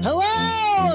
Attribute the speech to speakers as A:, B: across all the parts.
A: Hello,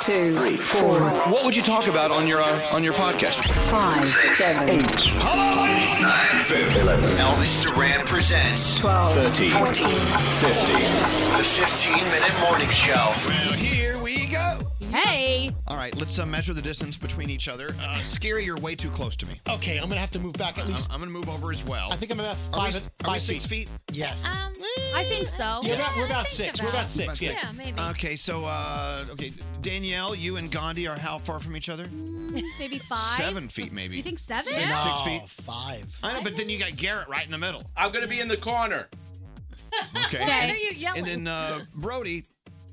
B: two, three, four.
C: What would you talk about on your uh, on your podcast?
B: Five, seven, eight.
C: Hello, lady. Nine, seven, eleven. Elvis Duran presents
B: 12,
C: 13,
B: 14,
C: 15. The 15 minute morning show. Well, here we go.
D: Hey!
C: All right, let's uh, measure the distance between each other. Uh, Scary, you're way too close to me.
E: Okay, I'm gonna have to move back at
C: I'm,
E: least.
C: I'm gonna move over as well.
E: I think I'm about
C: Are we
E: five,
C: s- are we
E: five
C: six feet?
E: Yes.
F: Um, I think so.
E: Uh, Yeah, we're about- we're
F: I
E: about
F: think
E: six. We're about six, yeah.
F: Yeah, maybe.
C: Okay, so uh, okay, Danielle, you and Gandhi are how far from each other?
F: maybe five.
C: Seven feet, maybe.
F: You think seven?
C: Six,
F: Yeah.
C: six
E: Oh,
C: feet.
E: five.
C: I know, but then you got Garrett right in the middle.
G: I'm gonna be in the corner.
C: Okay.
F: Why are you yelling?
C: And then uh, Brody,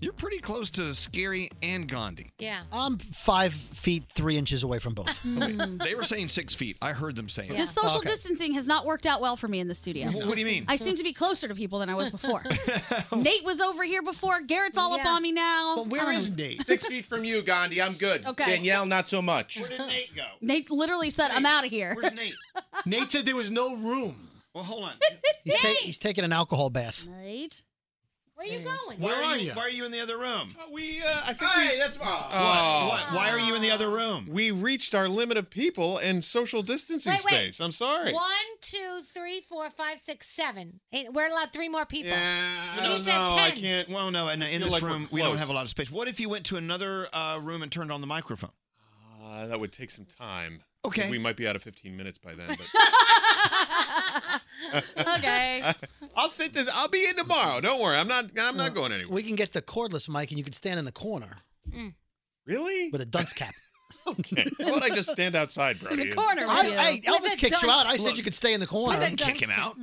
C: you're pretty close to Scary and Gandhi.
F: yeah.
E: I'm five feet three inches away from both.
C: They were saying six feet. I heard them saying.
F: The
C: it.
F: social
E: Okay.
F: distancing has not worked out well for me in the studio.
C: Wh- What do you mean?
F: I seem to be closer to people than I was before. Nate was over here before. Garrett's all up
D: Yeah.
F: on me now. Um,
E: but
F: I
E: where
F: don't
E: is
F: know.
E: Nate?
G: Six feet from you, Gandhi. I'm good.
F: Okay.
G: Danielle, not so much.
C: Nate go?
F: Nate literally said, "I'm out of here."
C: Where's Nate?
E: Nate said there was no room.
C: Well, hold on.
E: He's, ta- he's taking an alcohol bath.
F: Nate,
D: Where are you going?
C: Why
E: Where are you?
C: Why are you in the other room?
G: We, uh, I think hey, we, that's
C: Why- why- why are you in the other room?
G: Oh. we reached our limit of people and social distancing
H: Wait, wait.
G: space. I'm sorry.
H: One, two, three, four, five, six, seven. Eight- We're allowed three more people.
G: Yeah, I
H: He
G: don't
H: said
G: know. I
H: 10.
G: can't.
C: Oh, Well, no, in, in
G: feel
C: this
G: like we're
C: room we don't
G: close.
C: have a lot of space. What if you went to another uh, room and turned on the microphone?
G: Uh, that would take some time.
C: Okay.
G: We might be out of 15 minutes by then. But
F: okay.
G: I'll sit this. I'll be in tomorrow. Don't worry. I'm not. I'm not going anywhere.
E: We can get the cordless mic, and you can stand in the corner
H: Mm.
G: Really?
E: with a dunce cap.
G: Okay. Why would I just stand outside, Brody?
F: In the corner. with you.
E: I, I,
H: With
E: Elvis
H: a
E: kicked you out.
H: dunce
E: I said
C: Look.
E: you could stay in the
C: I
E: corner.
C: didn't kick him out.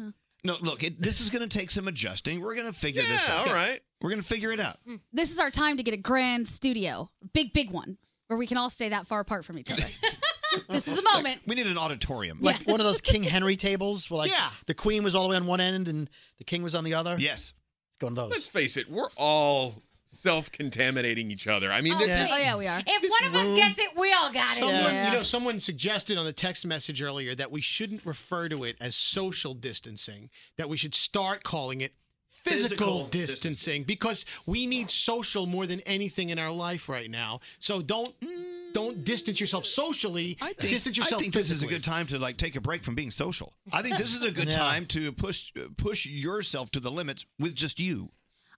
C: No, look, it, this is going to take some adjusting. We're going to figure
G: Yeah.
C: this out.
G: All right.
I: We're gonna figure it out.
F: This is our time to get a grand studio, big, big one, where we can all stay that far apart from each other. this is a moment.
E: we need an auditorium, like one of those King Henry tables, where like the queen was all the way on one end and the king was on the other.
I: Yes,
E: let's go on those.
I: Let's face it, we're all self-contaminating each other. I mean,
H: Oh,
I: there-
H: please. Oh, yeah, we are. If one of us gets it, we all got it.
G: someone,
H: Yeah.
G: You know, someone suggested on the text message earlier that we shouldn't refer to it as social distancing, that we should start calling it physical,
C: Physical
G: distancing, because we need social more than anything in our life right now. So don't don't distance yourself socially.
C: I think,
G: distance yourself
C: I think this
G: physically.
C: is a good time to like take a break from being social. I think this is a good
G: Yeah.
C: time to push push yourself to the limits with just you.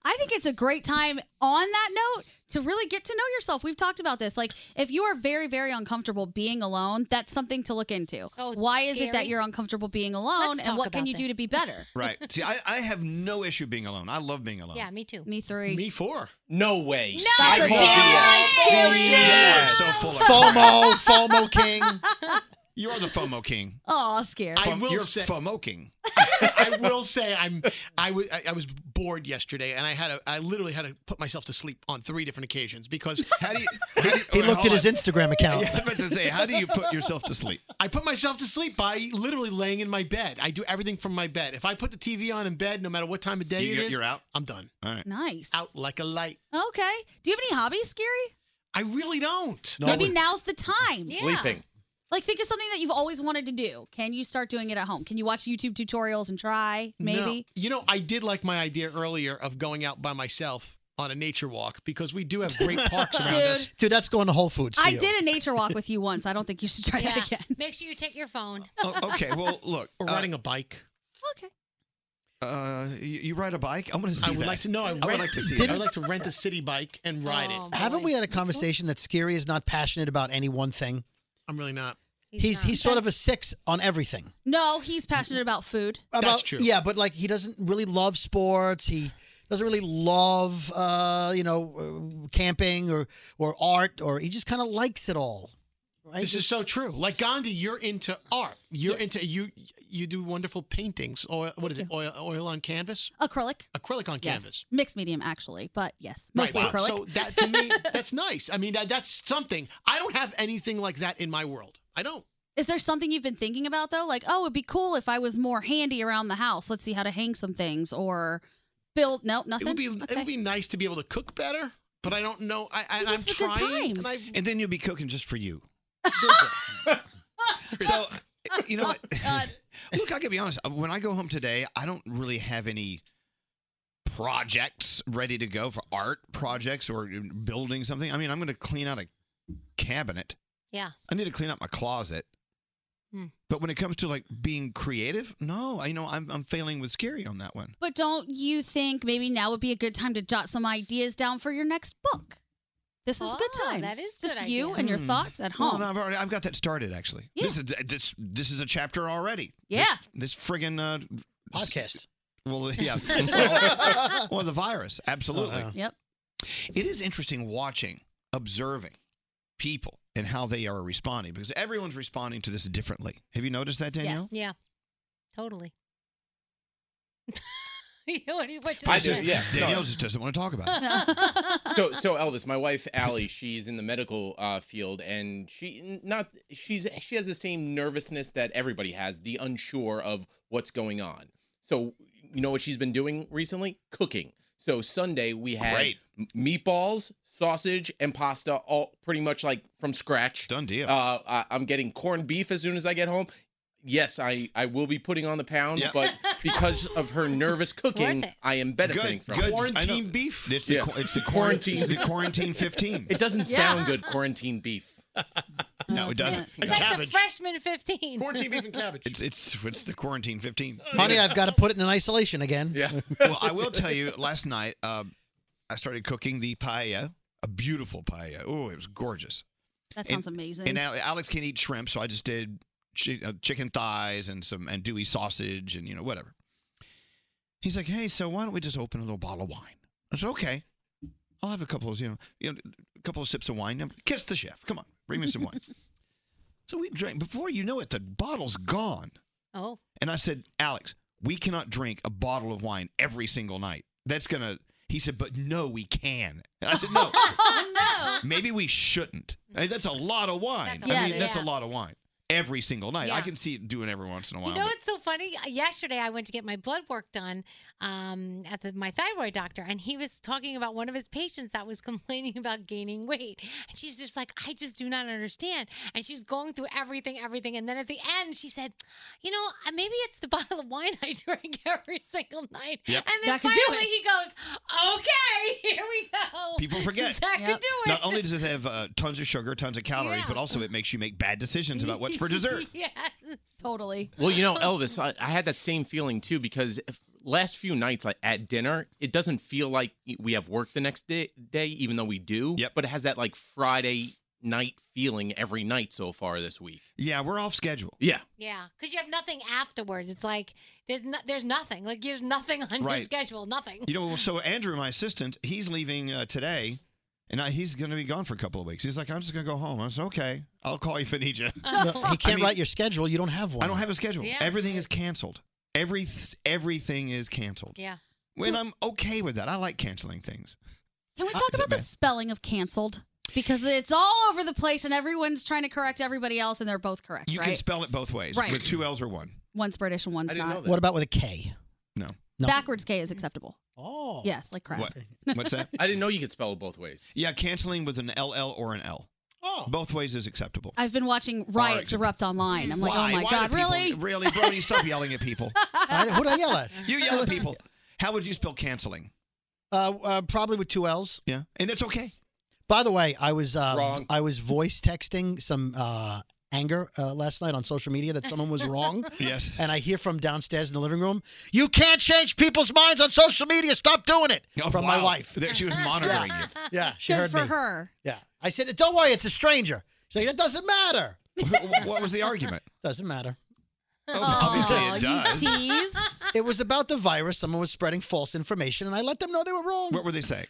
F: I think it's a great time on that note to really get to know yourself. We've talked about this. Like, if you are very, very uncomfortable being alone, that's something to look into. Oh, Why is it
J: scary.
F: that you're uncomfortable being alone,
J: Let's
F: and
J: talk
F: what can
J: about
F: you do
J: this.
F: to be better?
C: Right. See, I, I have no issue being alone. I love being alone.
F: me too. Me three.
G: Me four.
C: No way. No,
F: Stop
C: I
F: it.
C: call
F: Damn
C: BS.
F: right,
C: Yeah,
F: there it is.
C: so full of
E: FOMO, FOMO king.
C: You are the FOMO king.
F: Oh, scared.
G: I
C: Fom-
G: will
C: you're
G: say-
C: FOMO king.
G: I will say I'm I was I was bored yesterday and I had a I literally had to put myself to sleep on three different occasions because
C: how do you,
E: He looked at his Instagram account.
C: I was about to say, how do you put yourself to sleep?
G: I put myself to sleep by literally laying in my bed. I do everything from my bed. If I put the TV on in bed, no matter what time of day
C: You-
G: it is,
C: you're out?
G: I'm done.
C: All right.
F: Nice.
G: Out like a light.
F: Okay. Do you have any hobbies, Scary?
G: I really don't.
F: Maybe now's the time.
G: Sleeping.
F: Like, think of something that you've always wanted to do. Can you start doing it at home? Can you watch YouTube tutorials and try? Maybe.
G: No. You know, I did like my idea earlier of going out by myself on a nature walk because we do have great parks around us.
E: Dude, that's going to Whole Foods. For
F: I
E: you.
F: did a nature walk with you once. I don't think you should try that again.
H: Make sure you take your phone.
C: Okay, well, look.
G: Or
C: uh,
G: riding a bike.
C: Uh, you, you ride a bike? I'm going to see
G: I would
C: that.
G: like to know. Oh, I,
C: would
G: rent-
C: like to see
G: I
C: that.
G: would like to rent a city bike
F: Oh,
G: and ride it.
E: Haven't we had a conversation that Scary is not passionate about any one thing?
G: I'm really not.
E: He's he's, sort of a six on everything.
F: No, he's passionate about food.
E: About- Yeah, but like he doesn't really love sports. He doesn't really love uh, you know uh, camping or or art or he just kind of likes it all.
G: This is so true. Like Gandhi, you're into art. You're into you. You do wonderful paintings. Oil, what is it? Oil, oil on canvas.
F: Acrylic.
G: Acrylic on
F: Yes.
G: canvas.
F: Mixed medium, actually, but yes,
G: Right.
F: mostly
G: Wow.
F: acrylic.
G: So that to me, that's nice. I mean, that, that's something. I don't have anything like that in my world. I don't.
F: Is there something you've been thinking about though? Like, oh, it'd be cool if I was more handy around the house. Let's see how to hang some things or build. No, nothing.
G: It would be it would be nice to be able to cook better, but I don't know. I, I and I'm
F: This is a
G: trying.
F: good time.
G: And I,
C: And then you'll be cooking just for you. so, you
F: Oh,
C: know what? Look, I can be honest. Uh, When I go home today, I don't really have any projects ready to go for art projects or uh, building something. I mean, I'm going to clean out a cabinet.
H: Yeah.
C: I need to clean out my closet.
H: Hmm.
C: But when it comes to like being creative, no, I you know I'm I'm failing with scary on that one.
F: But don't you think maybe now would be a good time to jot some ideas down for your next book? This is a good
H: Oh,
F: time.
H: that is a
F: just
H: good
F: you
H: idea.
F: and your
C: Hmm.
F: thoughts at
C: Well,
F: home.
C: no, I've already I've got that started actually.
F: Yeah.
C: This is uh, this this is a chapter already.
F: Yeah.
C: This, this friggin' uh,
E: podcast.
C: Well, yeah. well, well, the virus, absolutely.
E: Uh-huh.
F: Yep.
C: It is interesting watching, observing people and how they are responding because everyone's responding to this differently. Have you noticed that, Danielle?
H: Yeah. Totally. what do you, what you
K: I just yeah.
C: Danielle just doesn't want to talk about it.
K: so so Elvis, my wife Allie, she's in the medical uh, field, and she not she's she has the same nervousness that everybody has, the unsure of what's going on. So you know what she's been doing recently? Cooking. So Sunday we had
C: Great.
K: m- meatballs, sausage, and pasta, all pretty much like from scratch.
C: Done deal.
K: Uh, I, I'm getting corned beef as soon as I get home. Yes, I, I will be putting on the pounds,
C: Yep.
K: but because of her nervous cooking,
C: it.
K: I am benefiting from it.
C: Quarantine
G: beef.
C: It's the,
K: Yeah.
C: qu- it's the
K: Quarantine.
C: quarantine. The quarantine fifteen.
K: It doesn't
H: Yeah.
K: sound good, quarantine beef.
F: Oh,
C: No, it doesn't.
H: It's like the freshman 15.
G: Quarantine beef and cabbage.
C: It's it's it's the quarantine fifteen.
E: Honey, I've got to put it in isolation again.
C: Yeah. well, I will tell you. Last night, um, I started cooking the paella, a beautiful paella. Oh, it was gorgeous.
F: That
C: And-
F: sounds amazing.
C: And now Alex can't eat shrimp, so I just did chi- uh, chicken thighs and some and dewy sausage and you know whatever. He's like, hey, so why don't we just open a little bottle of wine? I said, okay, I'll have a couple of you know, you know a couple of sips of wine. Kiss the chef. Come on, bring me some wine. so we drank. Before you know it, the bottle's gone.
H: Oh.
C: And I said, Alex, we cannot drink a bottle of wine every single night. That's gonna. He said, but no, we can. And I said, no, maybe we shouldn't. I mean, that's a lot of wine.
H: That's a
C: I
H: lot.
C: mean, that's
H: Yeah.
C: a lot of wine every single night. I
H: Yeah.
C: can see it doing every once in a while.
H: You know
C: but-
H: what's so funny? Uh, Yesterday, I went to get my blood work done um, at the, my thyroid doctor, and he was talking about one of his patients that was complaining about gaining weight. And she's just like, I just do not understand. And she was going through everything, everything. And then at the end, she said, You know, uh, maybe it's the bottle of wine I drink every single night.
C: Yep.
H: And then
C: That could do
H: finally, he goes, Okay, here we go.
C: People forget.
H: That could do it.
C: Not only does it have uh, tons of sugar, tons of calories, but also it makes you make bad decisions about what's for dessert.
H: yes.
F: Totally.
K: Well, you know, Elvis, I, I had that same feeling too because if- last few nights like, at dinner, it doesn't feel like we have work the next day, day even though we do. Yep. But it has that like Friday night feeling every night so far this week.
C: Yeah, we're off schedule.
K: Yeah.
H: Yeah, because you have nothing afterwards. It's like there's no, there's nothing. Like there's nothing on your
C: Right.
H: schedule. Nothing.
C: You know, so Andrew, my assistant, he's leaving uh, today, and I, he's going to be gone for a couple of weeks. He's like, I'm just going to go home. I said, okay, I'll call you if I need you.
E: No, he can't
C: I mean,
E: write your schedule. You don't have one.
C: I don't have a schedule.
E: Yeah.
C: Everything is canceled. Every everything is canceled.
H: Yeah.
C: And I'm okay with that. I like canceling things.
F: Can
C: Uh,
F: we talk about the spelling of canceled? Because it's all over the place and everyone's trying to correct everybody else and they're both correct,
C: You
F: right?
C: can spell it both ways
F: Right.
C: with two L's or one.
F: one's British and one's not.
E: What about with a K?
C: No.
F: Backwards K is acceptable.
E: Oh.
F: Yes, like correct.
C: What? What's that?
K: I didn't know you could spell it both ways.
C: Yeah, canceling with an LL or an L.
F: Oh.
C: Both ways is acceptable.
F: I've been watching riots erupt online. I'm like,
C: Why?
F: oh my
C: Why
F: God,
C: do people-
F: really?
C: Really, Brody, stop yelling at people.
E: Who'd I yell at?
C: You yell at people. How would you spell canceling?
E: Uh, uh, probably with two L's.
C: Yeah, and it's okay.
E: By the way, I was uh,
C: Wrong.
E: I was voice texting some uh, anger uh, last night on social media that someone was wrong.
C: Yes.
E: And I hear from downstairs in the living room, "You can't change people's minds on social media. Stop doing it."
C: Oh,
E: from my
C: wow.
E: wife.
C: There- she was monitoring
E: yeah.
C: you.
E: Yeah, she
F: Good
E: heard
F: for
E: me.
F: her.
E: Yeah, I said, "Don't worry, it's a stranger." She's like, "That doesn't matter."
C: what was the argument?
E: Doesn't matter.
C: obviously
F: Um,
C: it Aw, you does.
E: it was about the virus. Someone was spreading false information, and I let them know they were wrong.
C: What were they saying?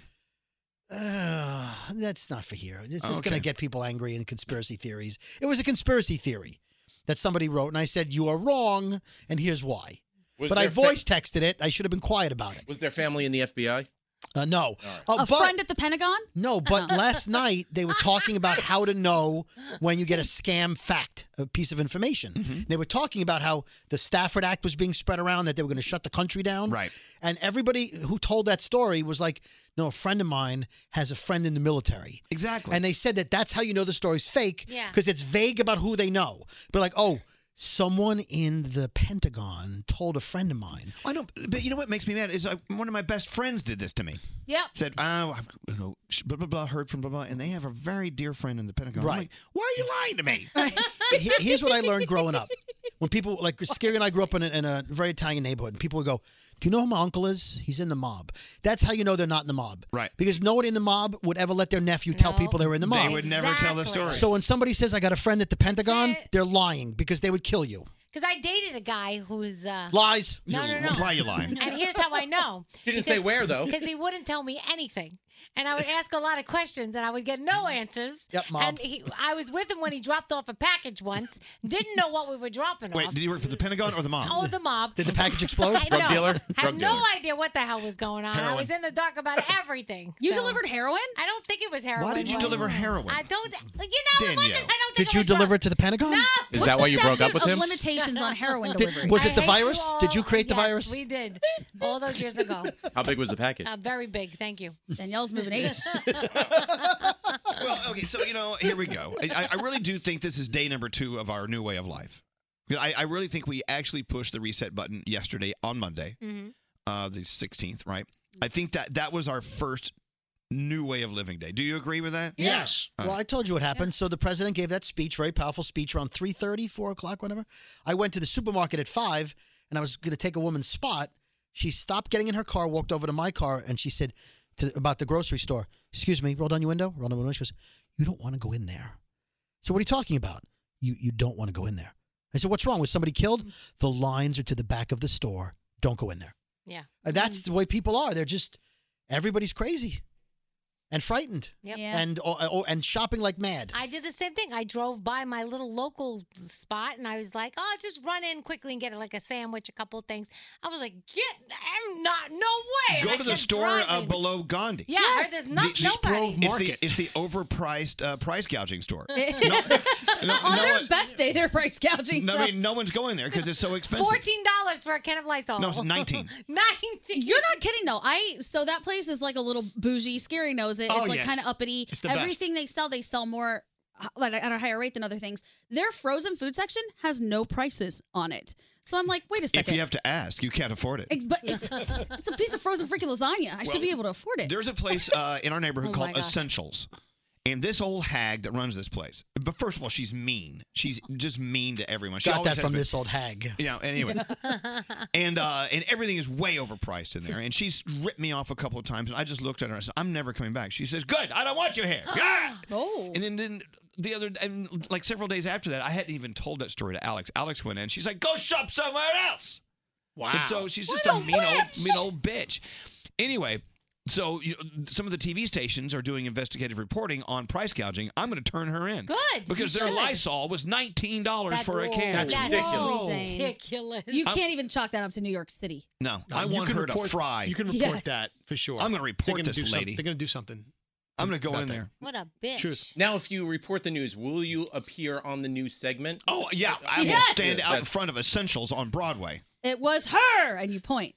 E: Uh, that's not for here. It's just
C: Oh, Okay.
E: going to get people angry and conspiracy theories. It was a conspiracy theory that somebody wrote, and I said, You are wrong, and here's why.
K: Was
E: but I
K: there fa-
E: voice texted it. I should have been quiet about it.
K: Was their family in the FBI?
E: Uh, no. Uh,
F: a
E: but,
F: friend at the Pentagon? Uh-huh.
E: No, but last night they were talking about how to know when you get a scam fact, a piece of information. They were talking about how the Stafford Act was being spread around, that they were going to shut the country down. Right. And everybody who told that story was like, no, a friend of mine has a friend in the military.
C: Exactly.
E: And they said that that's how you know the story's fake
H: Yeah.
E: because it's vague about who they know. But like, oh, someone in the Pentagon told a friend of mine.
C: I know, but you know what makes me mad is uh, one of my best friends did this to me.
F: Yep.
C: Said, oh, I've, you know, sh- blah blah blah, heard from blah blah, and they have a very dear friend in the Pentagon. I'm
E: Right.
C: like, Why are you lying to me?
E: He- here's what I learned growing up. When people like Scary and I grew up in a, in a very Italian neighborhood, and people would go, "Do you know who my uncle is? He's in the mob." That's how you know they're not in the mob, right? Because no one in the mob would ever let their nephew tell people they were in the mob.
C: They would never tell the story.
E: So when somebody says, "I got a friend at the Pentagon," they're lying because they would kill you.
H: Because I dated a guy who's uh,
E: Lies.
H: Uh-huh. No, no, no.
C: Why you lying?
H: And here's how I know.
K: She didn't say where, though.
H: Because he wouldn't tell me anything. And I would ask a lot of questions and I would get no answers.
E: Yep, Mom.
H: And he, I was with him when he dropped off a package once. Didn't know what we were dropping
C: Wait,
H: off.
C: did you work for the Pentagon or the mob?
H: Oh, the mob.
E: Did the package explode?
H: I know. Had no idea what the hell was going on. I
C: Heroin.
H: was in the dark about everything.
F: You delivered heroin?
H: I don't think it was heroin.
C: did you
H: but-
C: deliver heroin?
H: I don't. You know, it wasn't.
C: Danielle.
H: I don't think
E: Did you deliver it to the Pentagon? No.
K: Is that why you broke up with him?
F: Limitations on heroin
E: Did-
F: delivery.
E: was
H: I
E: it the
H: hate you
E: virus?
H: all.
E: Did you create the
H: Yes,
E: virus?
H: We did all those years ago.
K: How big was the package?
H: Uh, very big. Thank you.
F: Danielle's moving eight.
C: well, okay, so you know, here we go. I- I, I really do think this is day number two of our new way of life. I, I really think we actually pushed the reset button yesterday on Monday,
H: Mm.
C: uh, the sixteenth, right? I think that that was our first new way of living day. Do you agree with that? Uh, All
E: Well,
C: right.
E: I told you what happened. So the president gave that speech, very powerful speech, around 3.30, 4 o'clock, whatever. I went to the supermarket at 5, and I was going to take a woman's spot. She stopped getting in her car, walked over to my car, and she said to, about the grocery store, excuse me, roll down your window, roll down your window. She goes, you don't want to go in there. So what are you talking about? You, you don't want to go in there. I said, what's wrong? Was somebody killed? The lines are to the back of the store. Don't go in there.
H: Yeah.
A: Uh,
E: And That's the way people are. They're just, everybody's crazy. and frightened.
H: Yep. Yeah.
E: And oh, oh, and shopping like mad.
H: I did the same thing. I drove by my little local spot and I was like, oh, I'll just run in quickly and get like a sandwich, a couple of things. I was like, get, I'm not, no way. And
C: Go
H: I
C: to the
H: kept
C: store uh,
H: driving.
C: below Gandhi.
H: Yeah, Yes. there's not-
C: the,
H: nobody.
C: It's the-
H: Market.
C: It's the, overpriced uh, price gouging store.
F: On their best day, they're price gouging.
C: No,
F: so.
C: I mean, no one's going there because it's so expensive.
H: Fourteen dollars for a can of Lysol.
C: No, it's 19.
H: Nineteen.
F: You're not kidding though. I so that place is like a little bougie. Scary knows it.
H: Oh,
F: it's like
H: yes.
F: kind of uppity.
H: It's the best.
F: Everything they sell, they sell more uh, like at a higher rate than other things. Their frozen food section has no prices on it. So I'm like, wait a
C: If
F: second.
C: you have to ask, you can't afford it.
F: It's- but it's, it's a piece of frozen freaking lasagna. I should
C: Well,
F: be able to afford it.
C: There's a place uh, in our neighborhood
F: Oh my
C: called
F: gosh.
C: Essentials. And this old hag that runs this place, but first of all, she's mean. She's just mean to everyone. She
E: Got
C: always
E: that
C: has
E: from
C: been.
E: this old hag.
C: You know, anyway. and uh, and everything is way overpriced in there. And she's ripped me off a couple of times. And I just looked at her and I said, I'm never coming back. She says, Good, I don't want you here.
F: oh.
C: And then, then the other, and like several days after that, I hadn't even told that story to Alex. Alex went in. She's like, Go shop somewhere else.
G: Wow.
C: And so she's just a mean old, mean old bitch. Anyway, so you, some of the TV stations are doing investigative reporting on price gouging. I'm going to turn her in.
H: Good,
C: Because
H: you
C: their
H: should.
C: Lysol was $19 for a can. oh.
F: ridiculous.
H: Whoa.
F: You
C: I'm-
F: can't even chalk that up to New York City.
C: No,
G: No,
C: I
G: you
C: want
G: can
C: her
G: report-
C: to fry.
G: You can report that for sure.
C: I'm going to
G: They're
C: report
G: gonna
C: this
G: do some-
C: lady.
G: they're going to do something.
C: I'm going to go in there.
H: What a bitch.
K: Now, if you report the news, will you appear on the news segment? Uh,
C: Oh yeah, I will stand out in front of Essentials on Broadway.
F: It was her, and you point.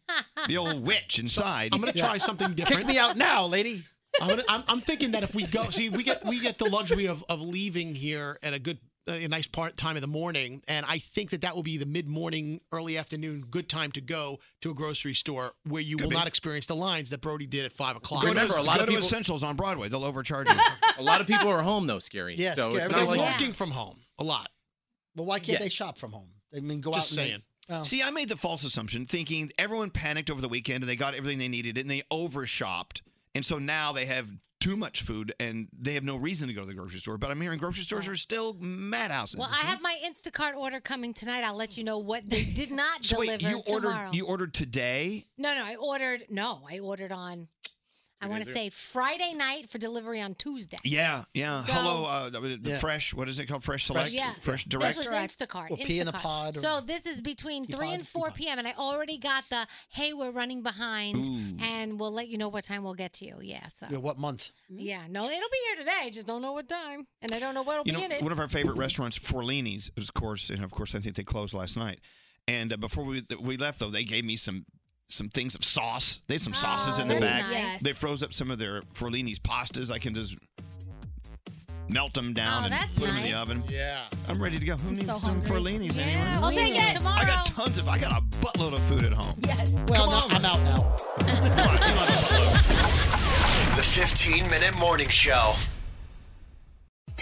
C: The old witch inside.
G: I'm gonna try something different.
E: me out now, lady.
G: I'm, gonna, I'm, I'm thinking that if we go, see, we get we get the luxury of of leaving here at a good, a nice part time in the morning, and I think that that will be the mid morning, early afternoon, good time to go to a grocery store where you will
C: be.
G: not experience the lines that Brody did at five o'clock.
C: Go to, go to Essentials on Broadway. They'll overcharge you.
K: a lot of people are home though, scary.
E: Yes,
K: so
E: Scary.
K: it's
E: Everybody's
K: not like
E: working
G: from home a lot.
E: But why can't they
C: Yes.
E: shop from home? I mean, go out. and- Oh. Well,
C: See, I made the false assumption thinking everyone panicked over the weekend and they got everything they needed and they overshopped. And so now they have too much food and they have no reason to go to the grocery store. But I'm hearing grocery
E: Oh.
C: stores are still madhouses.
H: Well, I have my Instacart order coming tonight. I'll let you know what they did not
C: so
H: deliver
C: wait, you ordered
H: tomorrow.
C: you ordered today?
H: no, no, I ordered. No, I ordered on. I
C: Two
H: want to
C: days
H: say
C: later.
H: Friday night for delivery on Tuesday.
C: Yeah, yeah.
H: So-
C: Hello, uh, the
E: Yeah.
C: fresh. What is it called? Fresh select.
H: Yeah.
C: Fresh direct.
H: This was Instacart.
E: Or pee in a
H: Instacart.
E: pod or-
H: so this is between 3 and 4 p.m. And I already got the, hey, we're running behind
E: Ooh.
H: and we'll let you know what time we'll get to you. Yeah, so.
E: yeah, what month?
H: Yeah, no, it'll be here today. Just don't know what time. And I don't know what'll
C: you
H: be
C: know,
H: in it.
C: one of our favorite restaurants, Forlini's, of course, and of course, I think they closed last night. And uh, before we we left, though, they gave me some some things of sauce. They had some sauces
L: Oh,
C: in the
L: that's
C: bag.
L: nice.
C: They froze up some of their Forlini's pastas. I can just melt them down
L: Oh,
C: and
L: that's
C: put them in the
L: nice.
C: oven.
G: Yeah,
C: I'm ready to go. Who needs
L: so
C: some
L: hungry.
C: Forlini's
L: Yeah,
C: anyway?
L: I'll we take will. it.
C: I got tons of. I got a buttload of food at home.
F: Yes.
E: Well, no, I'm out now.
L: The 15 Minute Morning Show.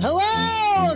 A: Hello,